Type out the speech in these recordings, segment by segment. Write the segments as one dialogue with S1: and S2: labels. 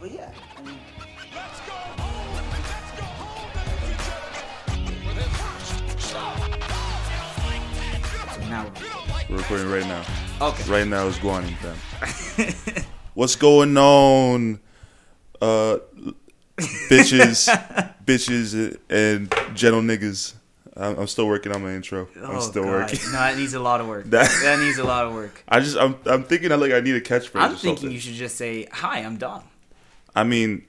S1: but yeah, I mean,
S2: Let's go home. Let's go home, ladies and gentlemen. With his first shot. You don't like that?
S1: now
S2: You don't like
S3: We're recording right now.
S1: okay.
S3: Right now is going in fam. What's going on, uh, bitches, bitches, and gentle niggas? I'm, I'm still working on my intro.
S1: Oh,
S3: I'm still working.
S1: No, that needs a lot of work. that,
S3: That-
S1: needs a lot of work.
S3: I just I'm I'm thinking I like I need a catchphrase.
S1: I'm
S3: or
S1: thinking
S3: something.
S1: you should just say, "Hi, I'm Don."
S3: I mean,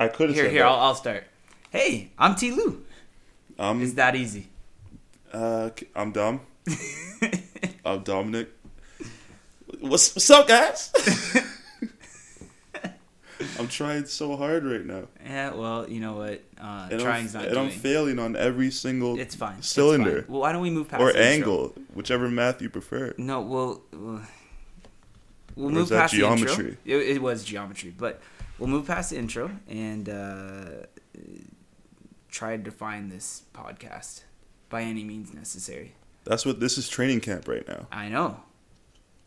S3: I could have
S1: Here,
S3: said
S1: here,
S3: that.
S1: I'll, I'll start. Hey, I'm T. Lou.
S3: I'm
S1: It's that easy.
S3: uh I'm dumb. I'm Dominic. What's what's up, guys? I'm trying so hard right now.
S1: Yeah, well, you know what? Uh,
S3: and
S1: trying's
S3: I'm,
S1: not
S3: and
S1: doing.
S3: I'm failing on every single
S1: it's fine. It's
S3: cylinder
S1: fine. Well, why don't we move past
S3: or
S1: the intro?
S3: angle, whichever math you prefer.
S1: No, well, we'll we'll
S3: Or
S1: move
S3: is that
S1: past the intro.
S3: geometry?
S1: It, it was geometry, but we'll move past the intro and uh, try to define this podcast by any means necessary.
S3: That's what this is training camp right now.
S1: I know.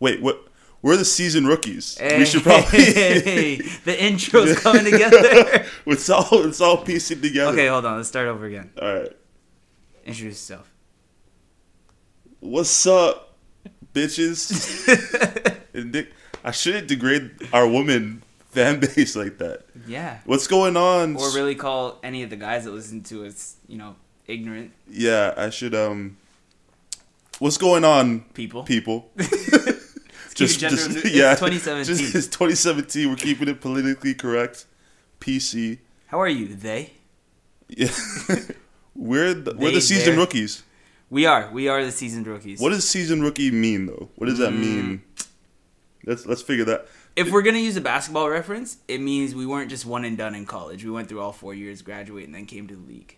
S3: Wait, what? We're the seasoned rookies.
S1: Hey,
S3: We should probably
S1: the intro's coming together.
S3: it's all it's all piecing together.
S1: okay, hold on. Let's start over again.
S3: All right.
S1: Introduce yourself.
S3: What's up, bitches? and Nick, I shouldn't degrade our woman fan base like that.
S1: yeah.
S3: What's going on?
S1: Or really call any of the guys that listen to us, you know, ignorant
S3: Yeah, I should um. What's going on,
S1: people.
S3: people?
S1: Just, gender, it's 2017.
S3: Just, it's 2017. We're keeping it politically correct. PC.
S1: How are you? They?
S3: Yeah. we're the, we're
S1: They,
S3: the seasoned
S1: they're-
S3: rookies.
S1: We are. We are the seasoned rookies.
S3: What does seasoned rookie mean though? What does
S1: Hmm.
S3: that mean? Let's let's figure that.
S1: If we're gonna use a basketball reference, it means we weren't just one and done in college. We went through all four years, graduated, and then came to the league.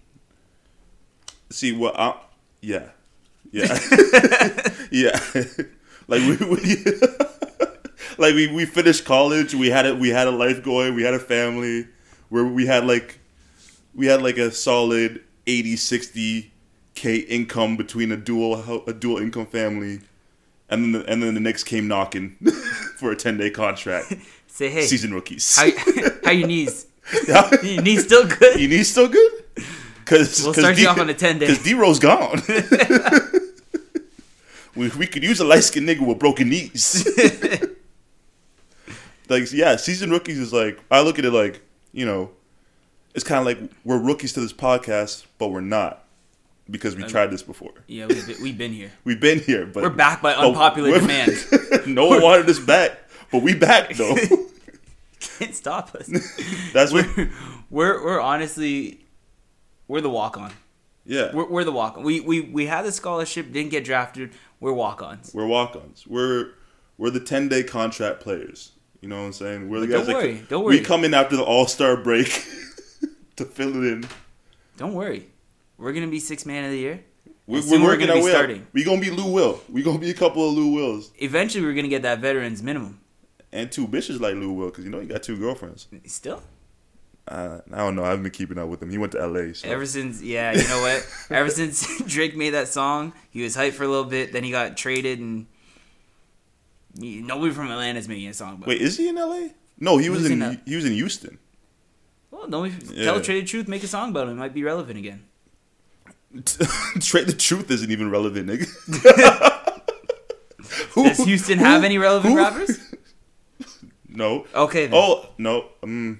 S3: See what? I, yeah, yeah, yeah. like we, we like we, we finished college. We had it. We had a life going. We had a family. Where we had like we had like a solid 80 60 k income between a dual ho- a dual income family, and then the, and then the Knicks came knocking for a 10 day contract.
S1: Say hey,
S3: Season rookies.
S1: how, how your knees? your knees still good?
S3: You need still good? Cause,
S1: We'll start you off on a 10 day.
S3: Because D Rose gone. we, we could use a light skinned nigga with broken knees. like, yeah, season rookies is like, I look at it like, you know, it's kind of like we're rookies to this podcast, but we're not because we tried this before.
S1: Yeah, we've been, we've been here.
S3: We've been here, but
S1: We're back by
S3: but
S1: unpopular
S3: Oh, we're-
S1: demand.
S3: no one wanted us back, but we back though.
S1: Can't stop us.
S3: That's what.
S1: We're we're, we're honestly we're the walk on.
S3: Yeah,
S1: We're, we're the walk on. We, we we had the scholarship, didn't get drafted. We're walk ons.
S3: We're walk-ons. We're we're the ten day contract players. You know what I'm saying? We're the
S1: But don't
S3: guys. that
S1: worry,
S3: co-
S1: don't worry.
S3: We come in after the All Star break to fill it in.
S1: Don't worry, we're gonna be six man of the year.
S3: We,
S1: And soon
S3: we're working
S1: gonna
S3: our
S1: be
S3: way. up.
S1: starting.
S3: We gonna be Lou Will. We gonna be a couple of Lou Wills
S1: Eventually, we're gonna get that veterans minimum.
S3: and two bitches like Lou Will because you know he got two girlfriends.
S1: Still.
S3: Uh, I don't know. I haven't been keeping up with him. He went to L A. So.
S1: Ever since, yeah, you know what? Ever since Drake made that song, he was hyped for a little bit. Then he got traded, and y- nobody from Atlanta's making a song. But
S3: Wait, is he in L A? No, he was,
S1: was in
S3: in,
S1: uh, a-
S3: he was in Houston.
S1: well, nobody from-
S3: Yeah.
S1: tell Traded Truth make a song about him. It might be relevant again.
S3: Straight the truth isn't even relevant, nigga. Who-
S1: Does Houston have
S3: who-
S1: any relevant
S3: who-
S1: rappers?
S3: No.
S1: Okay. Then.
S3: Oh no, um,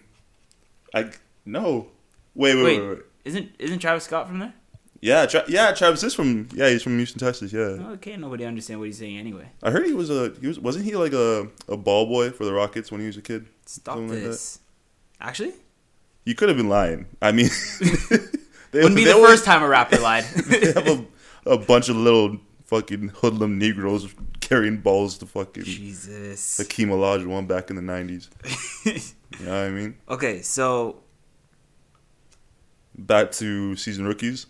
S3: I no. Wait, wait,
S1: wait,
S3: wait, wait. wait.
S1: isn't isn't Travis Scott from there?
S3: Yeah, tra- yeah, Travis is from yeah, he's from Houston, Texas. Yeah,
S1: Okay, nobody understand what he's saying anyway.
S3: I heard he was a he was wasn't he like a a ball boy for the Rockets when he was a kid?
S1: Stop
S3: Something like
S1: this. Actually,
S3: You could have been lying. I mean, they,
S1: wouldn't be
S3: they
S1: the
S3: always-
S1: first time a rapper lied.
S3: They have a, a bunch of little fucking hoodlum Negroes carrying balls to fucking
S1: Jesus.
S3: Hakeem Olajuwon back in the nineties. You know what I mean?
S1: okay, so
S3: Back to season rookies.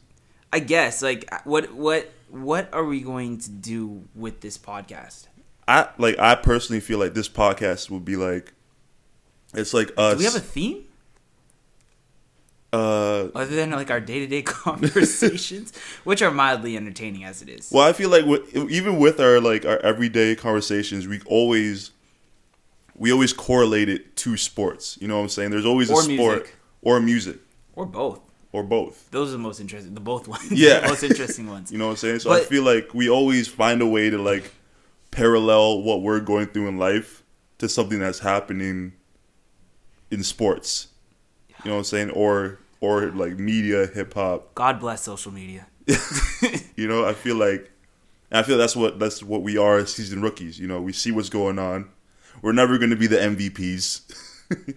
S1: I guess like uh, what what what are we going to do with this podcast?
S3: I like I personally feel like this podcast would be like it's like us
S1: Do we have a theme
S3: uh
S1: other than like our day to day conversations, which are mildly entertaining as it is?
S3: well I feel like with, even with our like our everyday conversations we always we always correlate it to sports. You know what I'm saying? There's always
S1: Or
S3: a sport
S1: music.
S3: or music
S1: or both.
S3: or both.
S1: Those are the most interesting. The both ones.
S3: Yeah.
S1: the most interesting ones.
S3: You know what I'm saying? So I
S1: But-
S3: feel like we always find a way to like parallel what we're going through in life to something that's happening in sports. You know what I'm saying? Or or like media, hip hop.
S1: God bless social media.
S3: You know, I feel like and I feel that's what that's what we are as season rookies. You know, we see what's going on. We're never going to be the MVPs.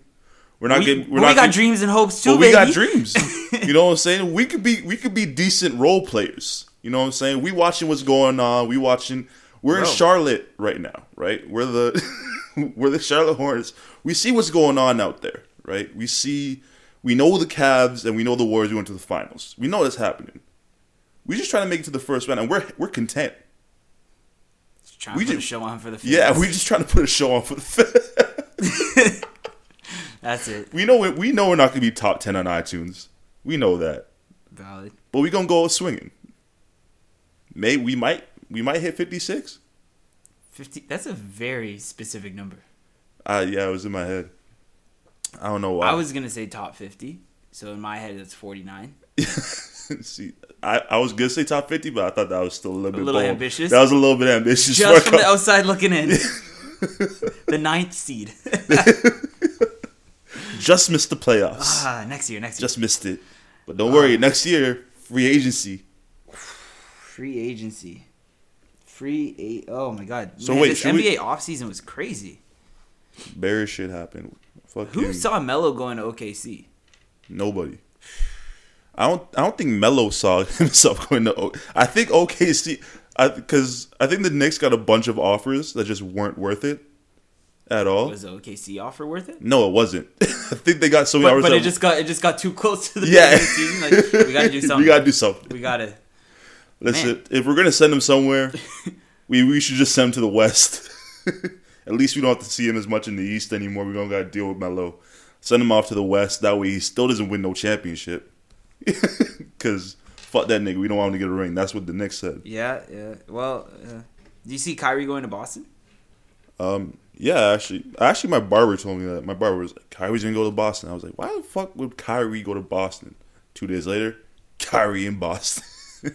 S3: we're not
S1: we,
S3: getting.
S1: but
S3: We're
S1: we
S3: not
S1: got
S3: getting-
S1: dreams and hopes too,
S3: But we got
S1: baby.
S3: dreams. You know what I'm saying? We could be we could be decent role players. You know what I'm saying? We watching what's going on. We watching. We're
S1: Bro.
S3: in Charlotte right now, right? We're the we're the Charlotte Hornets. We see what's going on out there, right? We see we know the Cavs and we know the Warriors went to the finals. We know that's happening. We just trying to make it to the first round, and we're we're content.
S1: Just Trying
S3: We
S1: to put a
S3: just-
S1: show on for the fans.
S3: Yeah, we're just trying to put a show on for the. fans.
S1: That's it.
S3: we know we- we know we're not going to be top ten on iTunes. We know that.
S1: Valid.
S3: but we gonna go swinging. May we might we might hit fifty six.
S1: Fifty. That's a very specific number.
S3: Uh yeah, it was in my head. I don't know why.
S1: I was gonna say top fifty. So in my head, that's forty nine.
S3: see. I, I was gonna say top fifty, but I thought that was still a little bit
S1: little
S3: bold.
S1: ambitious?
S3: That was a little bit ambitious. for a
S1: Just from the
S3: couple-
S1: outside looking in. the ninth seed.
S3: just missed the playoffs.
S1: ah, next year. Next year.
S3: Just missed it. But don't worry, next year free agency.
S1: Free agency. Free a oh my god.
S3: So
S1: Man,
S3: wait,
S1: this
S3: should we-
S1: NBA offseason was crazy.
S3: Bear shit happened. Fucking
S1: Who saw Melo going to OKC?
S3: nobody. I don't. I don't think Melo saw himself going to. O- I think OKC, because I, think the Knicks got a bunch of offers that just weren't worth it at all.
S1: Was the OKC offer worth it?
S3: No, it wasn't. I think they got so many
S1: But,
S3: hours.
S1: but
S3: that-
S1: it just got it just got too close to the
S3: Yeah.
S1: beginning of the season. Like we gotta do something.
S3: we gotta do something.
S1: We gotta.
S3: Listen,
S1: Man.
S3: if we're gonna send him somewhere, we we should just send him to the West. At least we don't have to see him as much in the East anymore. We don't gotta deal with Melo. Send him off to the West. That way, he still doesn't win no championship. Because fuck that nigga. We don't want him to get a ring. That's what the Knicks said.
S1: Yeah, yeah. Well, uh, do you see Kyrie going to Boston?
S3: Um, yeah, actually, actually, my barber told me that. My barber was like, "Kyrie's gonna go to Boston." I was like, "Why the fuck would Kyrie go to Boston?" Two days later, Kyrie in Boston.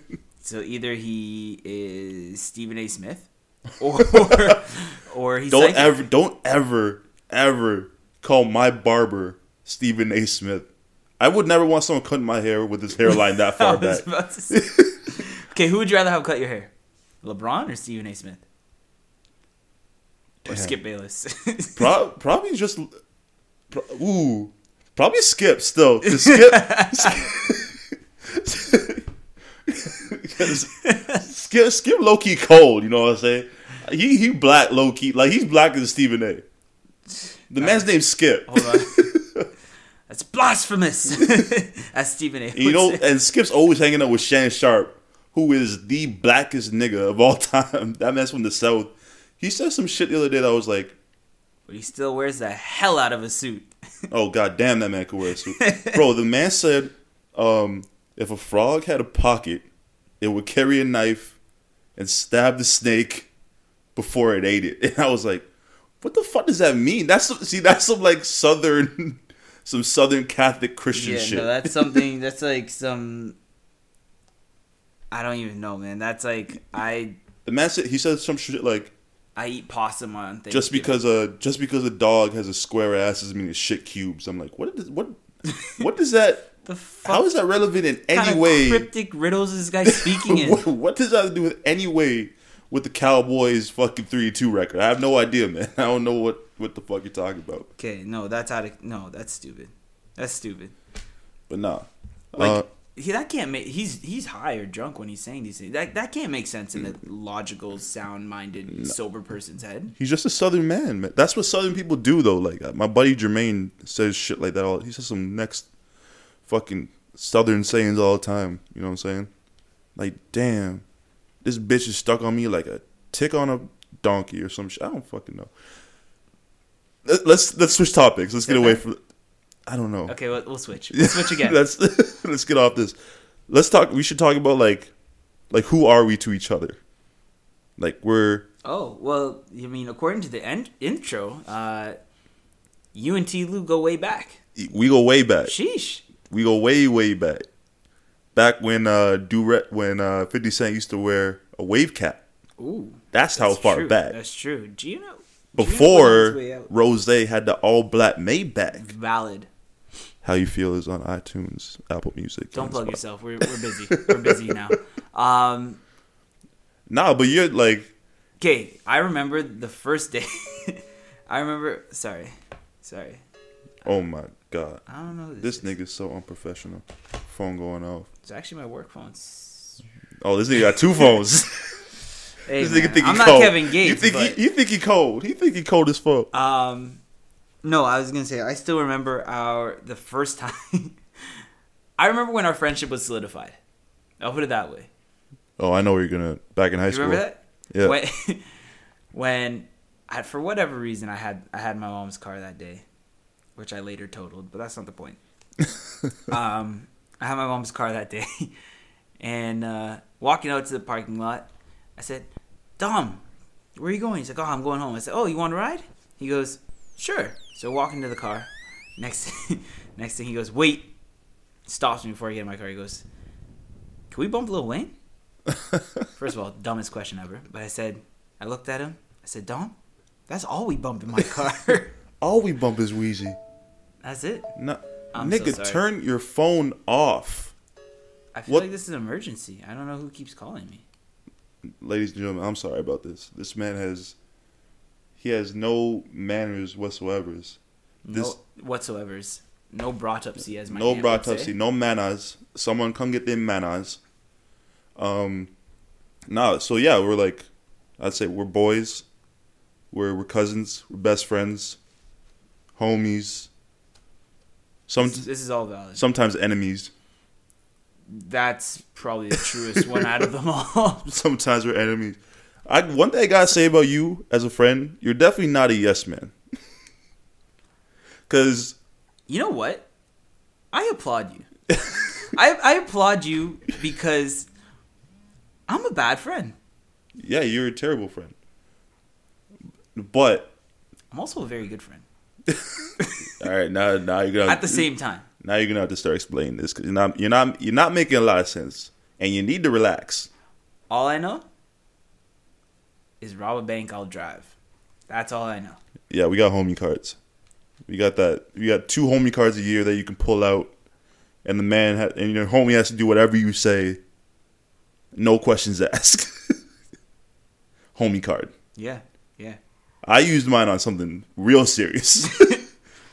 S1: So either he is Stephen A. Smith, or or he's
S3: don't
S1: psychic.
S3: ever, don't ever, ever call my barber Stephen A. Smith. I would never want someone cutting my hair with his hairline that
S1: I
S3: far
S1: was
S3: back.
S1: about to say. okay, who would you rather have cut your hair, LeBron or Stephen A. Smith, or
S3: Damn.
S1: Skip Bayless?
S3: Pro- probably just, pro- ooh, probably skip still. 'cause Skip, skip, 'cause skip, skip low key cold. You know what I'm saying? He he black low key like he's blacker than Stephen A. The man's name's Skip.
S1: Hold on. That's blasphemous, as Stephen A. Would
S3: You know,
S1: say.
S3: and Skip's always hanging out with Shannon Sharp, who is the blackest nigga of all time. That man's from the South. He said some shit the other day that I was like,
S1: but he still wears the hell out of a suit.
S3: oh god damn that man could wear a suit. Bro, the man said, um, if a frog had a pocket, it would carry a knife and stab the snake before it ate it. And I was like, what the fuck does that mean? That's some, see, that's some like southern some southern Catholic Christian
S1: yeah,
S3: shit.
S1: no, that's something. That's like some. I don't even know, man. That's like I
S3: the man said he said some shit like
S1: I eat possum on Thanksgiving.
S3: just because a just because a dog has a square ass doesn't mean it's shit cubes. I'm like, what? Does, what? What does that?
S1: the fuck
S3: how is that relevant in
S1: kind
S3: any
S1: of
S3: way?
S1: cryptic riddles is this guy speaking in?
S3: what, what does that have to do with any way with the Cowboys fucking three two record? I have no idea, man. I don't know what what the fuck you're talking about.
S1: Okay, no, that's out of no, that's stupid. That's stupid.
S3: But nah,
S1: Like
S3: Uh,
S1: he, that can't make he's he's high or drunk when he's saying these things. That that can't make sense in a logical, sound-minded, sober person's head.
S3: he's just a Southern man, man. That's what Southern people do, though. Like uh, my buddy Jermaine says shit like that all. He says some next fucking Southern sayings all the time. You know what I'm saying? Like, damn, this bitch is stuck on me like a tick on a donkey or some shit. I don't fucking know. Let- Let's let's switch topics. Let's get away from. I don't know.
S1: Okay, we'll, we'll switch. We'll switch again.
S3: let's let's get off this. Let's talk. We should talk about like like who are we to each other? Like we're
S1: Oh well, I mean, according to the end intro, uh, you and T. Lou go way back.
S3: We go way back.
S1: Sheesh.
S3: We go way way back. Back when uh Durette when uh 50 Cent used to wear a wave cap.
S1: Ooh.
S3: That's, how far
S1: true.
S3: back.
S1: That's true. Gino. Gino was on his way
S3: Before
S1: out.
S3: Rose had the all black Maybach.
S1: Valid.
S3: How you feel is on iTunes, Apple Music.
S1: Don't
S3: and
S1: plug
S3: Spotify.
S1: yourself. We're, we're busy. We're busy now. Um,
S3: Nah, but you're like
S1: okay, I remember the first day. I remember. Sorry, sorry.
S3: oh my god.
S1: I don't know. Who is.
S3: This nigga's so unprofessional. Phone going off.
S1: It's actually my work phone. S-
S3: Oh, this nigga got two phones.
S1: Hey,
S3: this
S1: man,
S3: nigga think he
S1: I'm not
S3: cold.
S1: Kevin Gates.
S3: You think
S1: but-
S3: he, you think he cold? He think he cold as fuck.
S1: Um, no, I was gonna say I still remember our the first time. I remember when our friendship was solidified. I'll put it that way.
S3: Oh, I know where you're gonna back in high
S1: You
S3: school.
S1: remember that?
S3: Yeah.
S1: When, when I, for whatever reason, I had I had my mom's car that day, which I later totaled, but that's not the point. um, I had my mom's car that day, and uh, walking out to the parking lot, I said, "Dom, where are you going?" He's like, "Oh, I'm going home." I said, "Oh, you want to ride?" He goes, "Sure." So walk into the car. Next, next thing he goes, "Wait!" Stops me before I get in my car. He goes, "Can we bump Lil Wayne?" First of all, dumbest question ever. But I said, I looked at him. I said, Dom, that's all we bump in my car.
S3: All we bump is Wheezy.
S1: that's it.
S3: No,
S1: I'm so
S3: nigga,
S1: sorry.
S3: turn your phone off.
S1: I feel
S3: What-
S1: like this is an emergency. I don't know who keeps calling me.
S3: Ladies and gentlemen, I'm sorry about this. This man has, he has no manners whatsoever. This
S1: no whatsoever's. No bratupsy as my
S3: no
S1: aunt would say.
S3: bratupsy, no manners. Someone come get their manners. Um, nah. So yeah, we're like, I'd say we're boys. We're we're cousins. We're best friends, homies. Some
S1: This, this is all valid.
S3: sometimes enemies.
S1: That's probably the truest one out of them all.
S3: sometimes we're enemies. I one thing I gotta say about you as a friend, you're definitely not a yes man. Cause
S1: You know what? I applaud you. I, I applaud you because I'm a bad friend.
S3: yeah, you're a terrible friend. But
S1: I'm also a very good friend
S3: all right, now now you're gonna
S1: at the same time.
S3: now you're gonna have to start explaining this because you're not you're not you're not making a lot of sense, and you need to relax.
S1: All I know is rob a bank, I'll drive. That's all I know.
S3: Yeah, we got homie cards. We got that. We got two homie cards a year that you can pull out, and the man ha- and your homie has to do whatever you say. No questions asked. homie card.
S1: Yeah, yeah.
S3: I used mine on something real serious.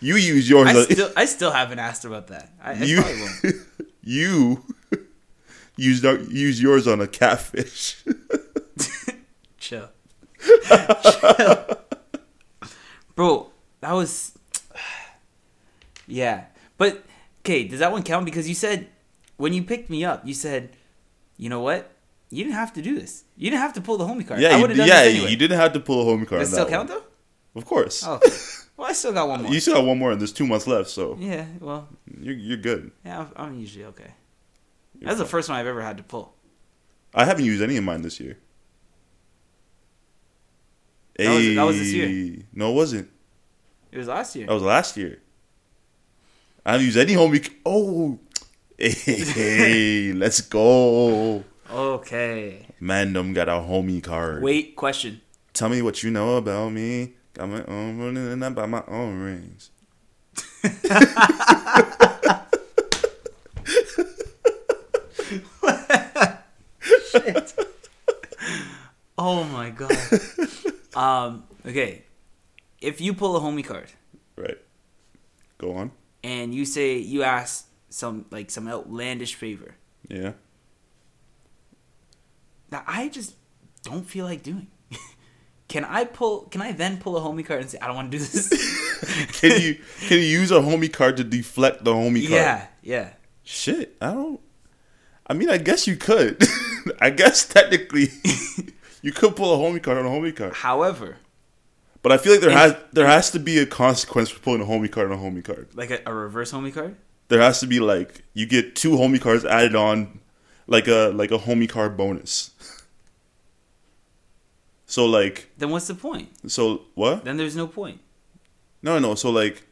S3: you used yours.
S1: I
S3: on-
S1: still, I still haven't asked about that. I, I
S3: you
S1: probably won't.
S3: you used our- used yours on a catfish.
S1: Chill. Chill. Bro, that was. Yeah. But, okay, does that one count? Because you said, when you picked me up, you said, you know what? You didn't have to do this. You didn't have to pull the homie card.
S3: yeah,
S1: I
S3: you,
S1: would have done
S3: yeah.
S1: this anyway.
S3: You didn't have to pull a homie card.
S1: Does
S3: on
S1: it still
S3: that
S1: count,
S3: one.
S1: though?
S3: Of course.
S1: Oh, okay. well, I still got one more.
S3: You still have one more, and there's two months left, so
S1: Yeah, well,
S3: you're you're good.
S1: yeah, I'm- I'm usually okay.
S3: You're
S1: That's the
S3: fine.
S1: first one I've ever had to pull.
S3: I haven't used any of mine this year.
S1: That was- that was this year.
S3: Ayy. No, it wasn't.
S1: It was last year.
S3: That was last year. I haven't used any homie. c- Oh, hey, let's go.
S1: Okay.
S3: Mandom got a homie card.
S1: Wait, question.
S3: Tell me what you know about me. Got my own ring and I buy my own rings.
S1: Oh my god. um, okay. If you pull a homie card
S3: Right. Go on.
S1: and you say you ask some like some outlandish favor
S3: Yeah.
S1: that I just don't feel like doing. can I pull can I then pull a homie card and say I don't want to do this?
S3: Can you can you use a homie card to deflect the homie card?
S1: Yeah, yeah.
S3: Shit, I don't. I mean, I guess you could. I guess technically, you could pull a homie card on a homie card.
S1: However,
S3: But I feel like there
S1: And-
S3: has there has to be a consequence for pulling a homie card on a homie card.
S1: like a, a reverse homie card?
S3: There has to be like you get two homie cards added on, like a like a homie card bonus. So like,
S1: Then what's the point?
S3: so what?
S1: Then there's no point.
S3: No, no. So like,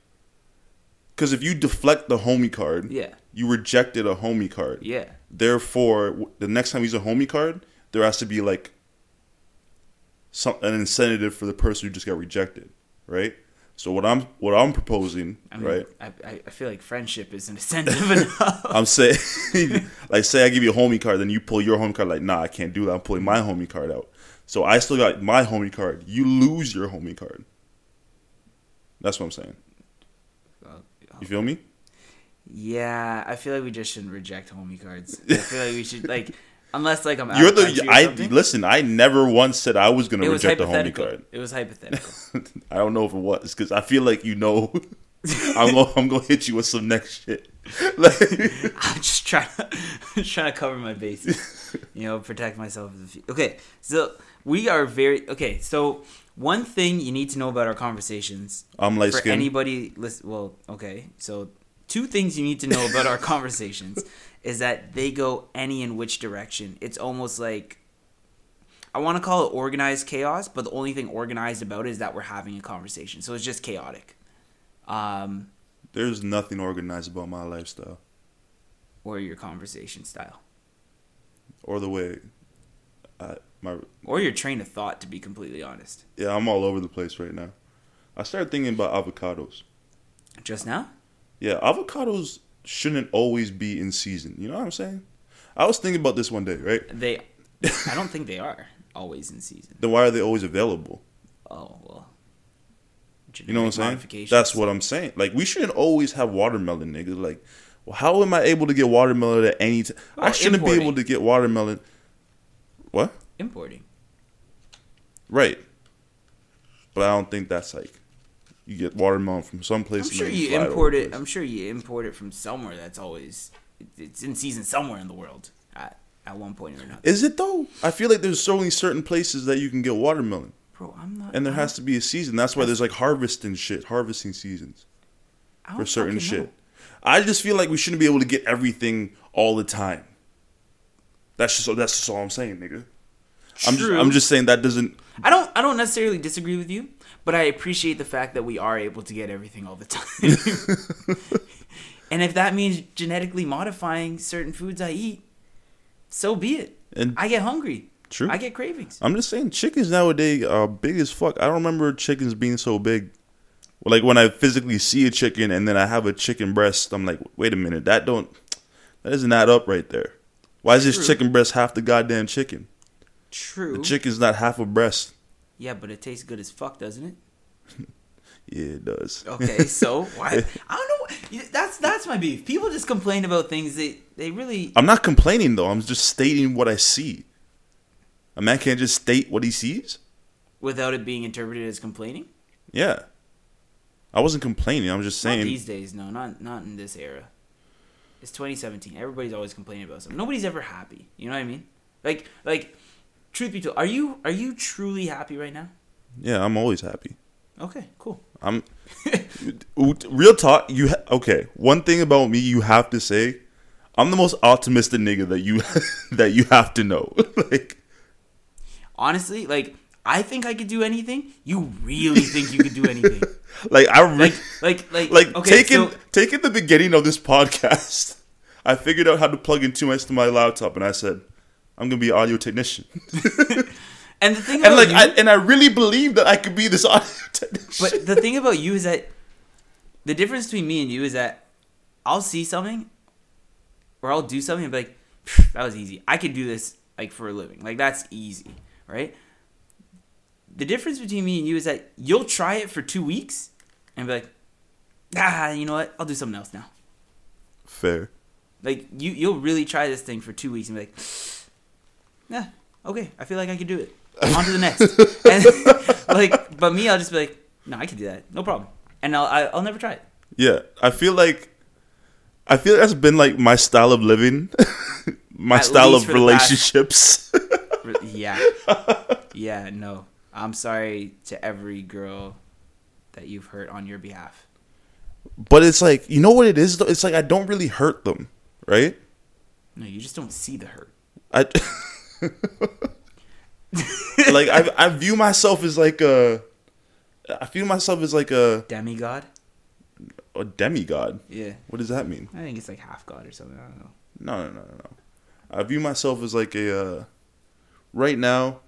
S3: because if you deflect the homie card,
S1: Yeah.
S3: you rejected a homie card.
S1: Yeah.
S3: Therefore, w- the next time you use a homie card, there has to be like some an incentive for the person who just got rejected, right? So what I'm what I'm proposing,
S1: I mean,
S3: right?
S1: I, I- I feel like friendship is an incentive enough.
S3: I'm saying, like, say I give you a homie card, then you pull your homie card. Like, nah, I can't do that. I'm pulling my homie card out. So I still got my homie card. You lose your homie card. That's what I'm saying. You feel me?
S1: yeah, I feel like we just shouldn't reject homie cards. I feel like we should like, unless like I'm out
S3: You're
S1: of
S3: the.
S1: country or
S3: I
S1: something.
S3: listen. I never once said I was gonna
S1: It was
S3: reject a homie
S1: hypothetical.
S3: card.
S1: It was hypothetical.
S3: I don't know if it was because I feel like you know. I'm gonna, I'm gonna hit you with some next shit. Like,
S1: I'm just trying to, just trying to cover my bases, you know, protect myself. in the fu- Okay, so we are very okay. So one thing you need to know about our conversations
S3: I'm light
S1: for
S3: skinned.
S1: anybody listen. Well, okay, so two things you need to know about our conversations is that they go any in which direction. It's almost like I want to call it organized chaos, but the only thing organized about it is that we're having a conversation, so it's just chaotic. Um,
S3: There's nothing organized about my lifestyle
S1: or your conversation style.
S3: or the way. I, my
S1: or your train of thought to be completely honest
S3: yeah, I'm all over the place right now. I started thinking about avocados.
S1: just now
S3: Yeah, avocados shouldn't always be in season. You know what I'm saying? I was thinking about this one day, right?
S1: they i don't think they are always in season
S3: Then why are they always available?
S1: oh well
S3: You know what
S1: Genetic
S3: I'm saying?
S1: modifications.
S3: That's what I'm saying. Like we shouldn't always have watermelon, nigga. Like, well, how am I able to get watermelon at any time? I
S1: Well,
S3: shouldn't be able
S1: Oh, importing.
S3: to get watermelon. What?
S1: importing
S3: Right. But I don't think that's like you get watermelon from some place.
S1: i'm
S3: and
S1: sure
S3: then
S1: you
S3: fly over
S1: import
S3: the
S1: it
S3: place.
S1: i'm sure you import it from somewhere that's always it's in season somewhere in the world at, at one point or another
S3: Is it though? I feel like there's only certain places that you can get watermelon,
S1: bro i'm not
S3: and there
S1: I
S3: has to be a season. That's why there's like harvesting shit, harvesting seasons.
S1: don't- I
S3: for
S1: don't
S3: certain
S1: fucking know.
S3: shit. I just feel like we shouldn't be able to get everything all the time. That's just that's just all I'm saying, nigga. I'm just,
S1: True.
S3: I'm just saying that doesn't.
S1: i don't i don't necessarily disagree with you but i appreciate the fact that we are able to get everything all the time And if that means genetically modifying certain foods I eat, so be it.
S3: And-
S1: I get hungry.
S3: True.
S1: I get cravings.
S3: I'm just saying chickens nowadays are big as fuck. I don't remember chickens being so big. Like when I physically see a chicken and then I have a chicken breast, I'm like, wait a minute, that don't that doesn't add up right there. Why is this
S1: True.
S3: chicken breast half the goddamn chicken?
S1: True.
S3: The chicken's not half a breast.
S1: yeah, but it tastes good as fuck, doesn't it?
S3: Yeah, it does.
S1: Okay, so why? I don't know. You- That's that's my beef. People just complain about things they they really.
S3: I'm not complaining though. I'm just stating what I see. A man can't just state what he sees.
S1: without it being interpreted as complaining.
S3: Yeah, I wasn't complaining. I'm just
S1: Not
S3: saying.
S1: these days, no, not not in this era. It's 2017. Everybody's always complaining about something. Nobody's ever happy. You know what I mean? Like like, truth be told, are you are you truly happy right now?
S3: yeah, I'm always happy.
S1: Okay, cool.
S3: I'm real talk. You ha- okay? One thing about me, you have to say, I'm the most optimistic nigga that you that you have to know. like,
S1: honestly, like I think I could do anything. You really think you could do anything?
S3: like I re-
S1: Like, like, like,
S3: like
S1: okay,
S3: taking
S1: so-
S3: taking the beginning of this podcast. I figured out how to plug in two mics to my laptop, and I said, "I'm gonna be an audio technician."
S1: and the thing
S3: and
S1: about
S3: like I,
S1: you,
S3: and I really believe that I could be this audio technician.
S1: but the thing about you is that the difference between me and you is that I'll see something or I'll do something and be like, "Phew, that was easy. I could do this like for a living. Like that's easy, right? The difference between me and you is that you'll try it for two weeks and be like, ah, you know what? I'll do something else now.
S3: Fair.
S1: Like you, you'll really try this thing for two weeks and be like, yeah, okay, I feel like I can do it. On to the next. and, like, but me, I'll just be like, no, I can do that, no problem, and I'll I- I'll never try it.
S3: Yeah, I feel like I feel that's been like my style of living, my
S1: At
S3: style
S1: least
S3: of
S1: for the past-
S3: relationships.
S1: Re- Yeah, yeah, no, I'm sorry to every girl that you've hurt on your behalf.
S3: but it's like you know what it is though. It's like I don't really hurt them, right?
S1: No, you just don't see the hurt.
S3: I like I, I view myself as like a, I view myself as like a,
S1: Demigod?
S3: a demigod.
S1: Yeah.
S3: What does that mean?
S1: I think it's like half god or something. I don't know.
S3: No, no, no, no, no. I view myself as like a, uh, right now.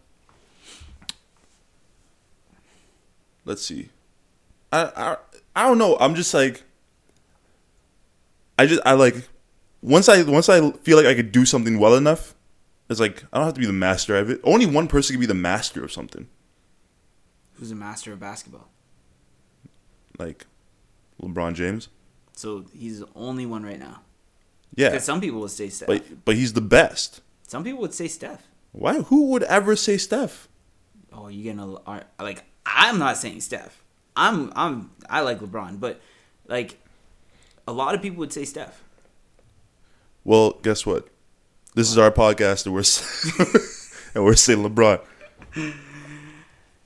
S3: Let's see. I, I, I don't know. I'm just like. I just I like, once I once I feel like I could do something well enough, it's like I don't have to be the master of it. Only one person can be the master of something.
S1: Who's a master of basketball?
S3: Like, LeBron James.
S1: So he's the only one right now.
S3: Yeah,
S1: Because some people would say Steph.
S3: but but he's the best.
S1: some people would say Steph.
S3: Why? Who would ever say Steph?
S1: Oh, you're getting a are- like. I'm not saying Steph. I'm I'm I like LeBron, but like a lot of people would say Steph.
S3: Well, guess what? This is our podcast, and we're s- and we're saying LeBron.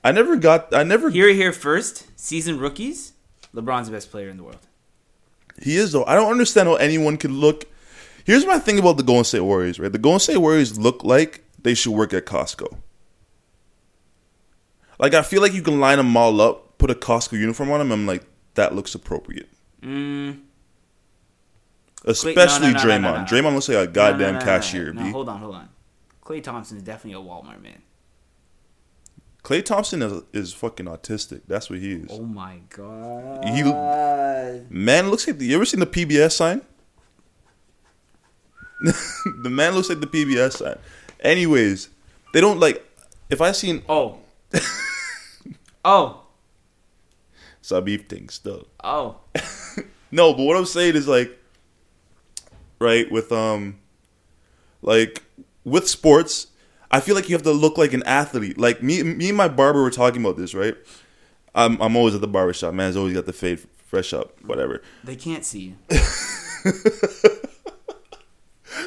S3: I never got. I never.
S1: Here, here first season rookies. LeBron's the best player in the world.
S3: He is though. I don't understand how anyone could look. Here's my thing about the Golden State Warriors, right? The Golden State Warriors look like they should work at Costco. Like I feel like you can line them all up, put a Costco uniform on them. I'm like, that looks appropriate.
S1: Mm,
S3: Especially
S1: no, no, no,
S3: Draymond.
S1: no, no.
S3: Draymond looks like a
S1: no, no,
S3: goddamn
S1: no, no, no,
S3: cashier.
S1: No,
S3: B.
S1: hold on, hold on. Clay Thompson is definitely a Walmart man.
S3: Clay Thompson is, is fucking autistic. That's what he is.
S1: Oh my god.
S3: Man looks like the, you ever seen the PBS sign? the man looks like the PBS sign. Anyways, they don't like if I seen
S1: Oh. oh.
S3: Sabif things though.
S1: Oh.
S3: No, but what I'm saying is like right with um like with sports, I feel like you have to look like an athlete. Like me me and my barber were talking about this, right? I'm I'm always at the barber shop. Man's always got the fade fresh up, whatever.
S1: They can't see you.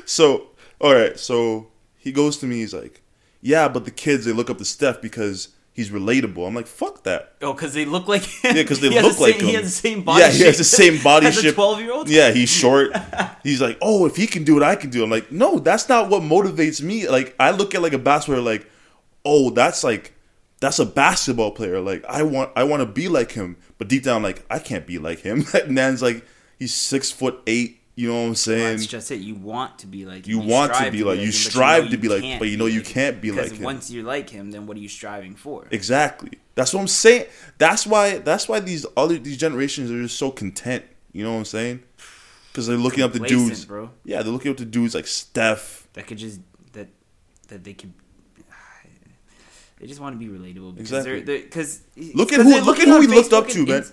S3: So, all right. So he goes to me. He's like, "Yeah, but the kids they look up to Steph because he's relatable." I'm like, "Fuck that."
S1: Oh, because they look like him.
S3: Yeah, because they
S1: He has
S3: look
S1: the
S3: like
S1: same-
S3: him.
S1: He has the same body
S3: Yeah, he has the
S1: shape
S3: same body
S1: as a
S3: shape.
S1: 12-year-old?
S3: Yeah, he's short. he's like, "Oh, if he can do it, I can do." it. I'm like, "No, that's not what motivates me." Like, I look at like a basketball player, like, "Oh, that's like." That's a basketball player. Like I want, I want to be like him. But deep down, like I can't be like him. Nan's like, he's six foot eight. You know what I'm saying?
S1: That's just it. You want to be like
S3: You
S1: him.
S3: want to
S1: strive
S3: be like- you
S1: him, but know
S3: strive to
S1: you
S3: be like-
S1: can't
S3: but you
S1: be
S3: know you
S1: him.
S3: can't be
S1: Because
S3: like him.
S1: Once you're like him, then what are you striving for?
S3: Exactly. That's what I'm saying. That's why. That's why these other these generations are just so content. You know what I'm saying? Because they're looking up to
S1: Complacent,
S3: dudes.
S1: bro.
S3: Yeah, they're looking up to dudes like Steph.
S1: That could just that that they could. They just want to be relatable because
S3: Exactly.
S1: they're because
S3: Look at who. Look, at who we looked up to, man.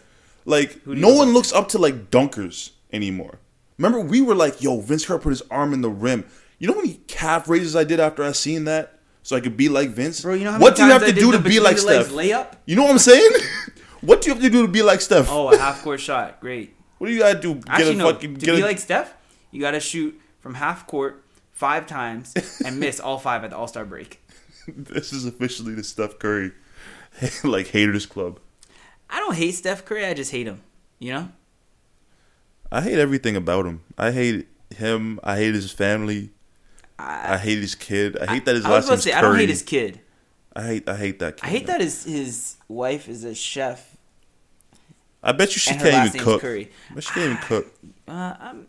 S3: Like
S1: do you
S3: no
S1: look
S3: one
S1: up
S3: looks up to like dunkers anymore. Remember, we were like, "Yo, Vince Carter put his arm in the rim." You know how many calf raises I did after I seen that, so I could be like Vince.
S1: Bro, you know how many
S3: what do you
S1: times
S3: have
S1: I
S3: to
S1: did
S3: do
S1: the
S3: to be
S1: between
S3: like
S1: the legs
S3: Steph?
S1: layup?
S3: You know what I'm saying? what do you have to do to be like Steph?
S1: Oh, a half court shot, great.
S3: What do you gotta do? Get
S1: Actually,
S3: a
S1: no.
S3: fucking
S1: to
S3: get
S1: be
S3: a,
S1: like Steph, you gotta shoot from half court five times and miss all five at the All Star break.
S3: This is officially the Steph Curry, like haters club.
S1: I don't hate Steph Curry. I just hate him. You know.
S3: I hate everything about him. I hate him. I hate his family.
S1: I,
S3: I hate his kid. I hate that his
S1: I was
S3: last
S1: about to
S3: name's
S1: say
S3: Curry.
S1: I don't hate his kid.
S3: I hate. I hate that. Kid,
S1: I hate
S3: man.
S1: that his his wife is a chef
S3: I bet you she
S1: and her last
S3: can't even
S1: name's
S3: cook.
S1: Curry.
S3: I bet she can't even cook.
S1: Uh, I'm,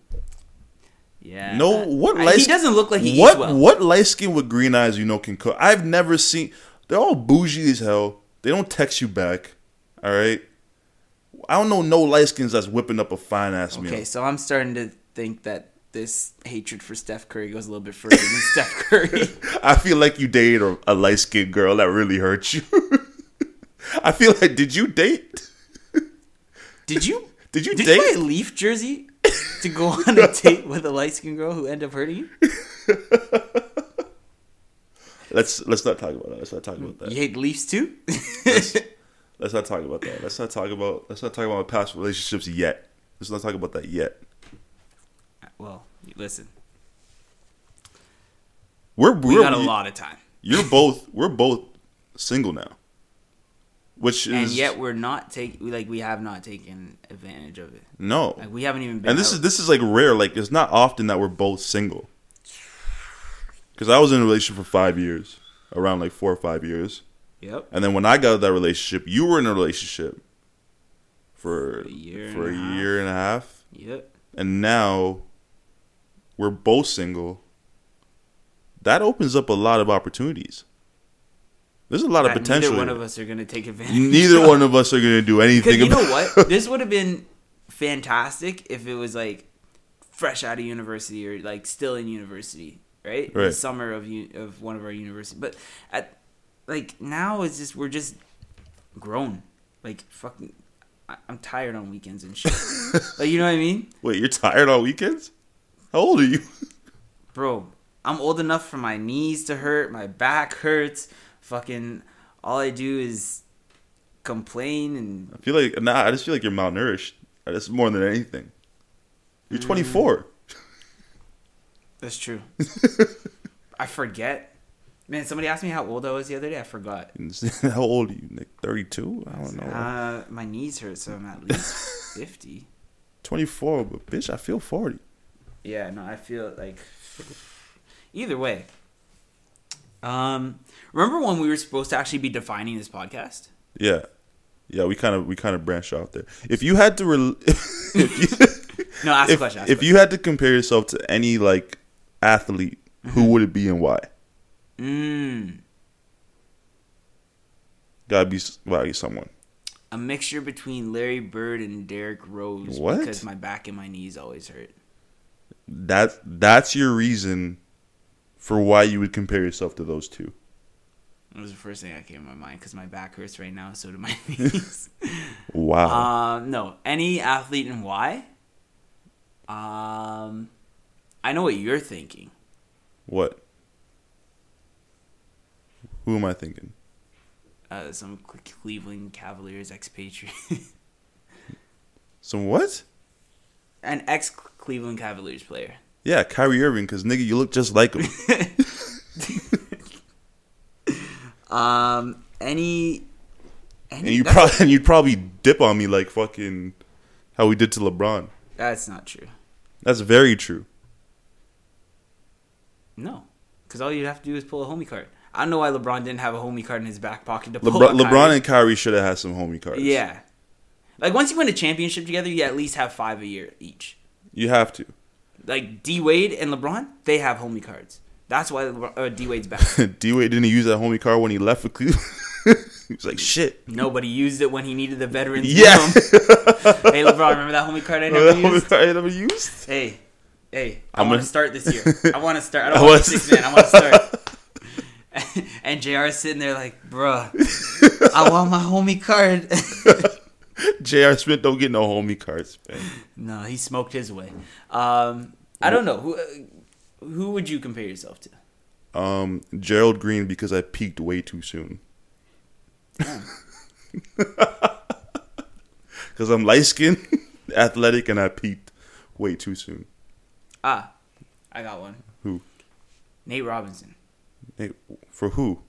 S1: yeah.
S3: No, what
S1: I-
S3: light?
S1: He doesn't look like he
S3: what
S1: eats well.
S3: what light skin with green eyes you know can cook? I've never seen. They're all bougie as hell. They don't text you back. All right. I don't know no light skins that's whipping up a fine ass meal.
S1: Okay, so I'm starting to think that this hatred for Steph Curry goes a little bit further than Steph Curry.
S3: I feel like you dated a, a light skinned girl that really hurt you. I feel like did you date?
S1: Did you?
S3: Did you
S1: Did
S3: date?
S1: you buy a Leaf jersey to go on a date with a light skinned girl who ended up hurting you?
S3: Let's let's not talk about that. Let's not talk about that.
S1: You hate Leafs too?
S3: Let's, let's not talk about that. Let's not talk about let's not talk about my past relationships yet. Let's not talk about that yet.
S1: well, listen,
S3: We're
S1: we
S3: are
S1: got a lot of time,
S3: You're both we're both single now, which is
S1: and yet we're not taking like we have not taken advantage of it.
S3: no.
S1: Like we haven't even been.
S3: Oh. and this
S1: out.
S3: is this is like rare. Like it's not often that we're both single. Because I was in a relationship for five years, around like four or five years.
S1: Yep.
S3: And then when I got out of that relationship, you were in a relationship for
S1: a year
S3: for
S1: and a
S3: a
S1: half.
S3: year and a half,
S1: Yep.
S3: and now we're both single. That opens up a lot of opportunities. There's a lot of
S1: That
S3: potential.
S1: Neither one
S3: here.
S1: of us are gonna take advantage.
S3: Neither
S1: of.
S3: one of us are going to do anything
S1: Because you know
S3: about
S1: what? This would have been fantastic if it was like fresh out of university or like still in university, right? The
S3: Right.
S1: summer of u- of one of our university. But at like now it's just we're just grown. Like fucking, I, I'm tired on weekends and shit. like you know what I mean,
S3: Wait, you're tired on weekends? How old are you?
S1: bro? I'm old enough for my knees to hurt, my back hurts. Fucking, all I do is complain and
S3: I feel like nah. I just feel like you're malnourished. That's more than anything. You're
S1: Hmm.
S3: 24.
S1: That's true. I forget. Man, somebody asked me how old I was the other day. I forgot.
S3: How old are you, Nick? 32? I don't know.
S1: Uh, my knees hurt, so I'm at least 50.
S3: 24, but bitch, I feel 40.
S1: Yeah, no, I feel like. Either way. Um, remember when we were supposed to actually be defining this podcast?
S3: Yeah, yeah. We kind of we kind of branched out there. If you had to, re- if you,
S1: No, ask
S3: if,
S1: a question. Ask
S3: if you had to compare yourself to any like athlete,
S1: Mm-hmm.
S3: who would it be and why?
S1: you. Mm,
S3: Gotta be s- gotta be someone.
S1: a mixture between Larry Bird and Derek Rose
S3: What?
S1: because my back and my knees always hurt.
S3: That that's your reason for why you would compare yourself to those two.
S1: It was the first thing that came to my mind because my back hurts right now, so do my knees.
S3: Wow.
S1: Um, no, any athlete and why? Um, I know what you're thinking.
S3: what? Who am I thinking?
S1: Uh, some Cle- Cleveland Cavaliers expatriate,
S3: Some what?
S1: an ex Cleveland Cavaliers player.
S3: Yeah, Kyrie Irving, because nigga, you look just like him.
S1: Um, any, any
S3: and you
S1: that's,
S3: probably and you'd probably dip on me like fucking how we did to LeBron.
S1: that's not true.
S3: That's very true.
S1: No, because all you'd have to do is pull a homie card. I don't know why LeBron didn't have a homie card in his back pocket to pull.
S3: LeBron,
S1: out Kyrie.
S3: LeBron and Kyrie should have had some homie cards.
S1: Oh, yeah, like once you win a championship together, you at least have five a year each.
S3: you have to.
S1: like D Wade and LeBron, they have homie cards. That's why LeBron, uh, D Wade's back.
S3: D Wade didn't use that homie card when he left for Cleveland. he was like, shit.
S1: Nobody used it when he needed the veterans.
S3: Yeah.
S1: minimum. hey LeBron, remember that homie card I never
S3: that homie
S1: used?
S3: card I never used.
S1: Hey, hey, I
S3: I'm
S1: want
S3: a-
S1: to start this year. I want to start. I
S3: I
S1: don't want to
S3: was-
S1: six man. I want to start. and Jr. is sitting there like, bruh, I want my homie card.
S3: J.R. Smith don't get no homie cards, man.
S1: no, he smoked his way. Um, I don't know who. Uh, who would you compare yourself to?
S3: Um, Gerald Green because I peaked way too soon. Because I'm light skinned, athletic, and I peaked way too soon.
S1: Ah, I got one.
S3: Who?
S1: Nate Robinson.
S3: Hey, for who?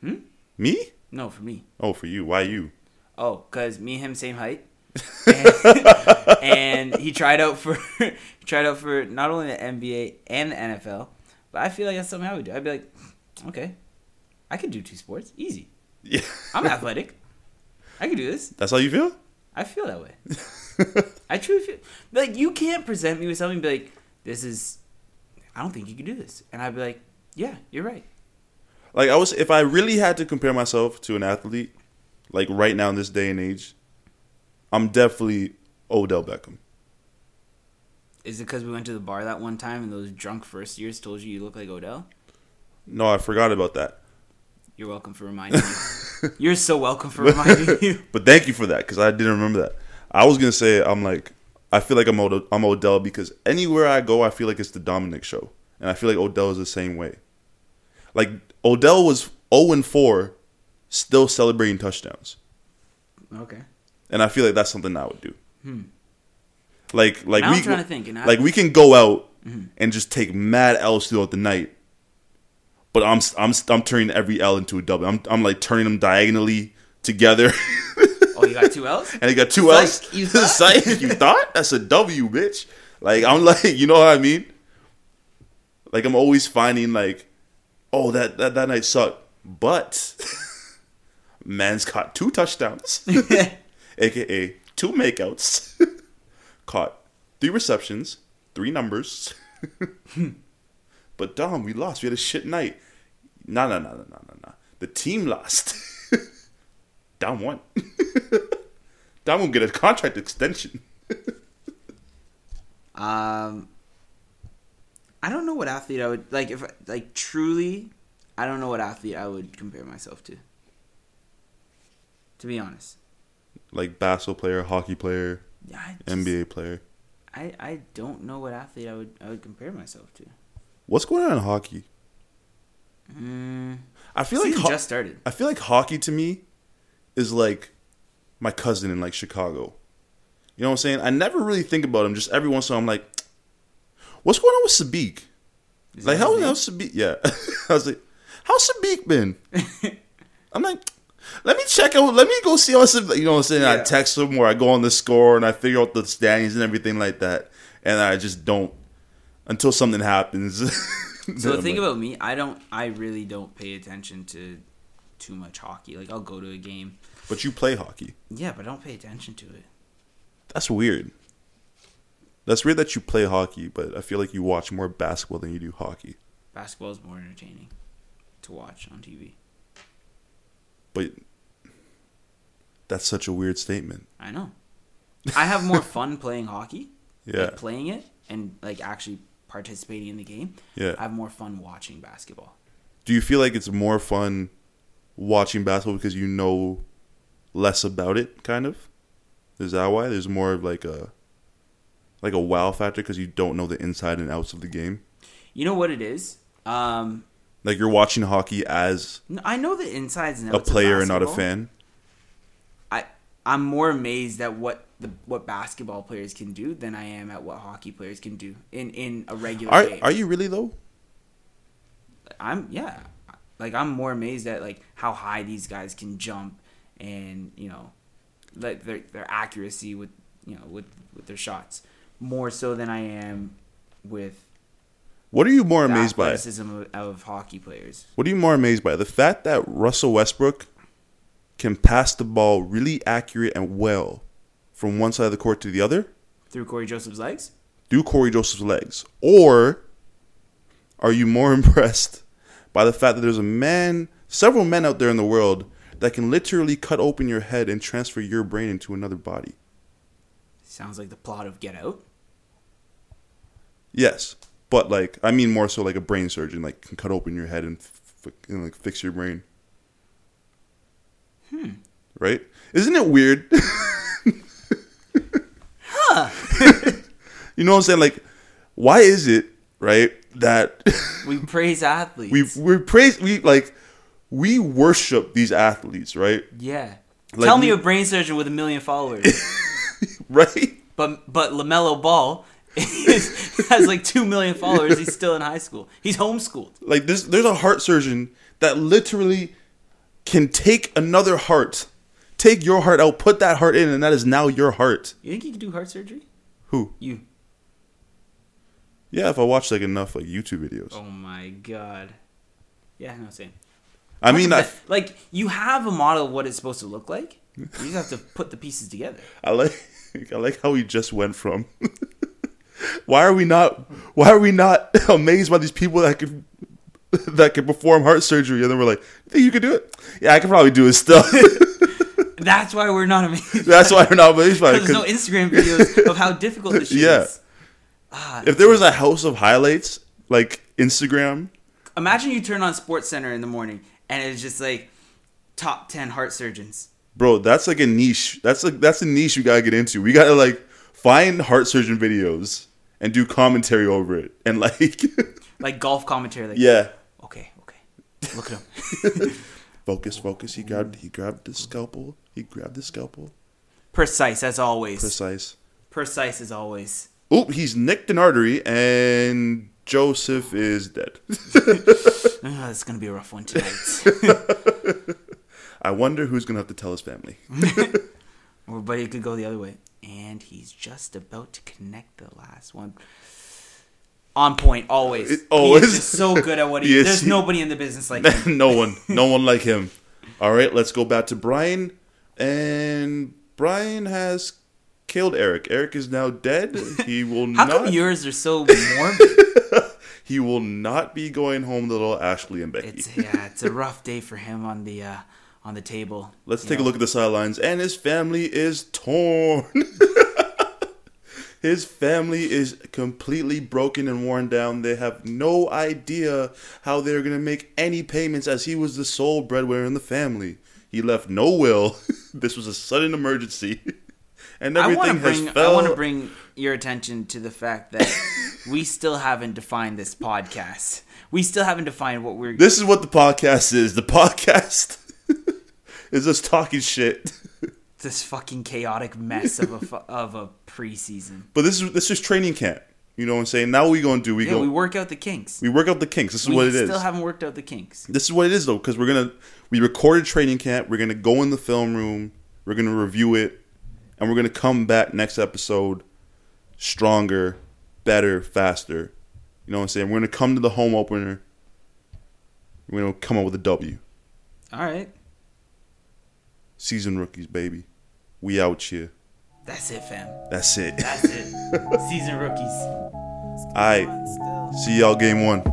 S1: Hmm?
S3: Me?
S1: No, for me.
S3: Oh, for you. Why you?
S1: Oh, cause me and him same height. And, and he tried out for he tried out for not only the NBA and the NFL, but I feel like that's something I would do. I'd be like, okay, I could do two sports easy.
S3: Yeah.
S1: I'm athletic. I could do this.
S3: That's how you feel?
S1: I feel that way. I truly feel like you can't present me with something and be like, this is. I don't think you could do this, and I'd be like, yeah, you're right.
S3: like I was if I really had to compare myself to an athlete, like right now in this day and age, I'm definitely Odell Beckham.
S1: Is it because we went to the bar that one time and those drunk first years told you you look like Odell?
S3: No, I forgot about that.
S1: You're welcome for reminding me. You're so welcome for reminding you.
S3: But thank you for that because I didn't remember that. I was gonna say I'm like I feel like I'm Od- I'm Odell because anywhere I go, I feel like it's the Dominic show, and I feel like Odell is the same way. Like Odell was 0 and 4, still celebrating touchdowns,
S1: Okay.
S3: and I feel like that's something I would do. Like like
S1: Hmm. Now
S3: we
S1: I'm trying to think, and I- Mm-hmm.
S3: like we can go out and just take mad L's throughout the night. But I'm I'm I'm turning every L into a double. I'm I'm like turning them diagonally together.
S1: Oh, you got two L's?
S3: and they got two
S1: Psych,
S3: L's.
S1: you thought?
S3: Psych, you thought? That's a W, bitch. Like I'm like, you know what I mean? Like I'm always finding like, oh that that, that night sucked, but Man's caught two touchdowns, aka two makeouts. caught three receptions, three numbers. but Dom, we lost. We had a shit night. No, no, no, no, no, no, no. The team lost. Dom won. Dom will get a contract extension.
S1: Um, I don't know what athlete I would like if I- like truly. I don't know what athlete I would compare myself to. To be honest,
S3: Like basketball player, hockey player,
S1: Yeah, I just-
S3: NBA player.
S1: I I don't know what athlete I would I would compare myself to.
S3: What's going on in hockey?
S1: Mm,
S3: I feel like
S1: season
S3: ho-
S1: just started.
S3: I feel like hockey to me is like my cousin in like Chicago. You know what I'm saying? I never really think about him. Just every once in a while, I'm like, what's going on with Sabik?
S1: Is that
S3: Like, how
S1: his name?
S3: how's Sabik? Yeah. I was like, how's Sabik been? I'm like, let me check out. Let me go see how Sabik. You know what I'm saying? I
S1: Yeah.
S3: text him or I go on the score and I figure out the standings and everything like that. And I just don't until something happens.
S1: So the thing about me, I don't. I really don't pay attention to too much hockey. Like I'll go to a game,
S3: But you play hockey.
S1: yeah, but I don't pay attention to it.
S3: That's weird. That's weird that you play hockey, but I feel like you watch more basketball than you do hockey.
S1: Basketball is more entertaining to watch on TV.
S3: But that's such a weird statement.
S1: I know. I have more fun playing hockey.
S3: Yeah.
S1: Like playing it and like actually participating in the game.
S3: Yeah.
S1: I have more fun watching basketball.
S3: Do you feel like it's more fun watching basketball because you know less about it kind of? Is that why there's more of like a like a wow factor because you don't know the inside and outs of the game?
S1: You know what it is? Um
S3: Like you're watching hockey as
S1: n- I know the insides and
S3: a
S1: outs of
S3: player and not a
S1: basketball.
S3: fan.
S1: I I'm more amazed at what the what basketball players can do than I am at what hockey players can do in in a regular
S3: Are
S1: game.
S3: are you really though?
S1: I'm yeah, like I'm more amazed at like how high these guys can jump, and you know, like their their accuracy with you know with with their shots more so than I am with
S3: What are you more
S1: the
S3: amazed by?
S1: athleticism of, of hockey players.
S3: What are you more amazed by? The fact that Russell Westbrook can pass the ball really accurate and well from one side of the court to the other
S1: Through Corey Joseph's legs,
S3: through Corey Joseph's legs? Or are you more impressed by the fact that there's a man, several men out there in the world that can literally cut open your head and transfer your brain into another body?
S1: sounds like the plot of Get Out.
S3: Yes, but like, I mean more so like a brain surgeon, like can cut open your head and, f- and like fix your brain. Hmm. Right? Isn't it weird? You know what I'm saying? Like, why is it right that
S1: We praise athletes.
S3: we we praise we like we worship these athletes, right?
S1: yeah.
S3: Like
S1: Tell me
S3: we-
S1: a brain surgeon with a million followers,
S3: Right?
S1: but but Lamelo Ball is, has like two million followers. He's still in high school. He's homeschooled.
S3: Like this, there's a heart surgeon that literally can take another heart, take your heart out, put that heart in, and that is now your heart.
S1: You think you could do heart surgery?
S3: Who?
S1: You.
S3: Yeah, if I watch like enough like YouTube videos.
S1: Oh my god. Yeah, no, same.
S3: I mean, I,
S1: like you have a model of what it's supposed to look like. You just have to put the pieces together.
S3: I like I like how we just went from. why are we not? Why are we not amazed by these people that could that can perform heart surgery? And then we're like, you think you could do it? Yeah, I can probably do it still.
S1: That's why we're not amazed.
S3: That's why we're not amazed by it.
S1: There's no
S3: 'cause
S1: Instagram videos of how difficult this shit
S3: Yeah.
S1: is. Ah,
S3: if there was a house of highlights like Instagram,
S1: imagine you turn on Sports Center in the morning and it's just like top ten heart surgeons.
S3: bro, that's like a niche. That's like that's a niche you gotta get into. We gotta like find heart surgeon videos and do commentary over it and like
S1: Like golf commentary, like
S3: yeah.
S1: okay, okay. Look at him.
S3: Focus, focus. He grabbed. He grabbed the scalpel. He grabbed the scalpel.
S1: Precise as always.
S3: Precise.
S1: Precise as always.
S3: Oop, he's nicked an artery and Joseph is dead.
S1: Ugh, it's gonna be a rough one tonight.
S3: I wonder who's going to have to tell his family.
S1: Or but it could go the other way. And he's just about to connect the last one. On point, always.
S3: It-
S1: always.
S3: always.
S1: He is just so good at what he,
S3: He is.
S1: There's nobody in the business like him.
S3: no one, no one like him. All right, let's go back to Brian. And Brian has killed Eric. Eric is now dead. He will
S1: How
S3: not.
S1: come yours are so morbid?
S3: he will not be going home to little Ashley and Becky.
S1: it's yeah, it's a rough day for him on the uh, on the table.
S3: Let's
S1: you
S3: take
S1: know.
S3: a look at the sidelines. And his family is torn. his family is completely broken and worn down. They have no idea how they're going to make any payments as he was the sole breadwinner in the family. He left no will. this was a sudden emergency. And
S1: I want
S3: everything
S1: to bring
S3: has
S1: I
S3: fell.
S1: want to bring your attention to the fact that we still haven't defined this podcast. We still haven't defined what we're
S3: This is what the podcast is. The podcast is us talking shit.
S1: this fucking chaotic mess of a fu- of a preseason.
S3: But this is this is training camp. You know what I'm saying? Now what we gonna do? We
S1: Yeah,
S3: go.
S1: we
S3: We,
S1: work out the kinks.
S3: work out the kinks. This is
S1: We
S3: what it
S1: still
S3: is.
S1: haven't worked out the kinks.
S3: this is what it is though, because we're gonna we recorded training camp. We're gonna go in the film room. We're gonna review it, and we're gonna come back next episode stronger, better, faster. You know what I'm saying? We're gonna come to the home opener. We're gonna come up with a W.
S1: All right,
S3: Season rookies, baby. We out here.
S1: that's it, fam.
S3: That's it.
S1: That's it. Season rookies.
S3: All right. See y'all game one.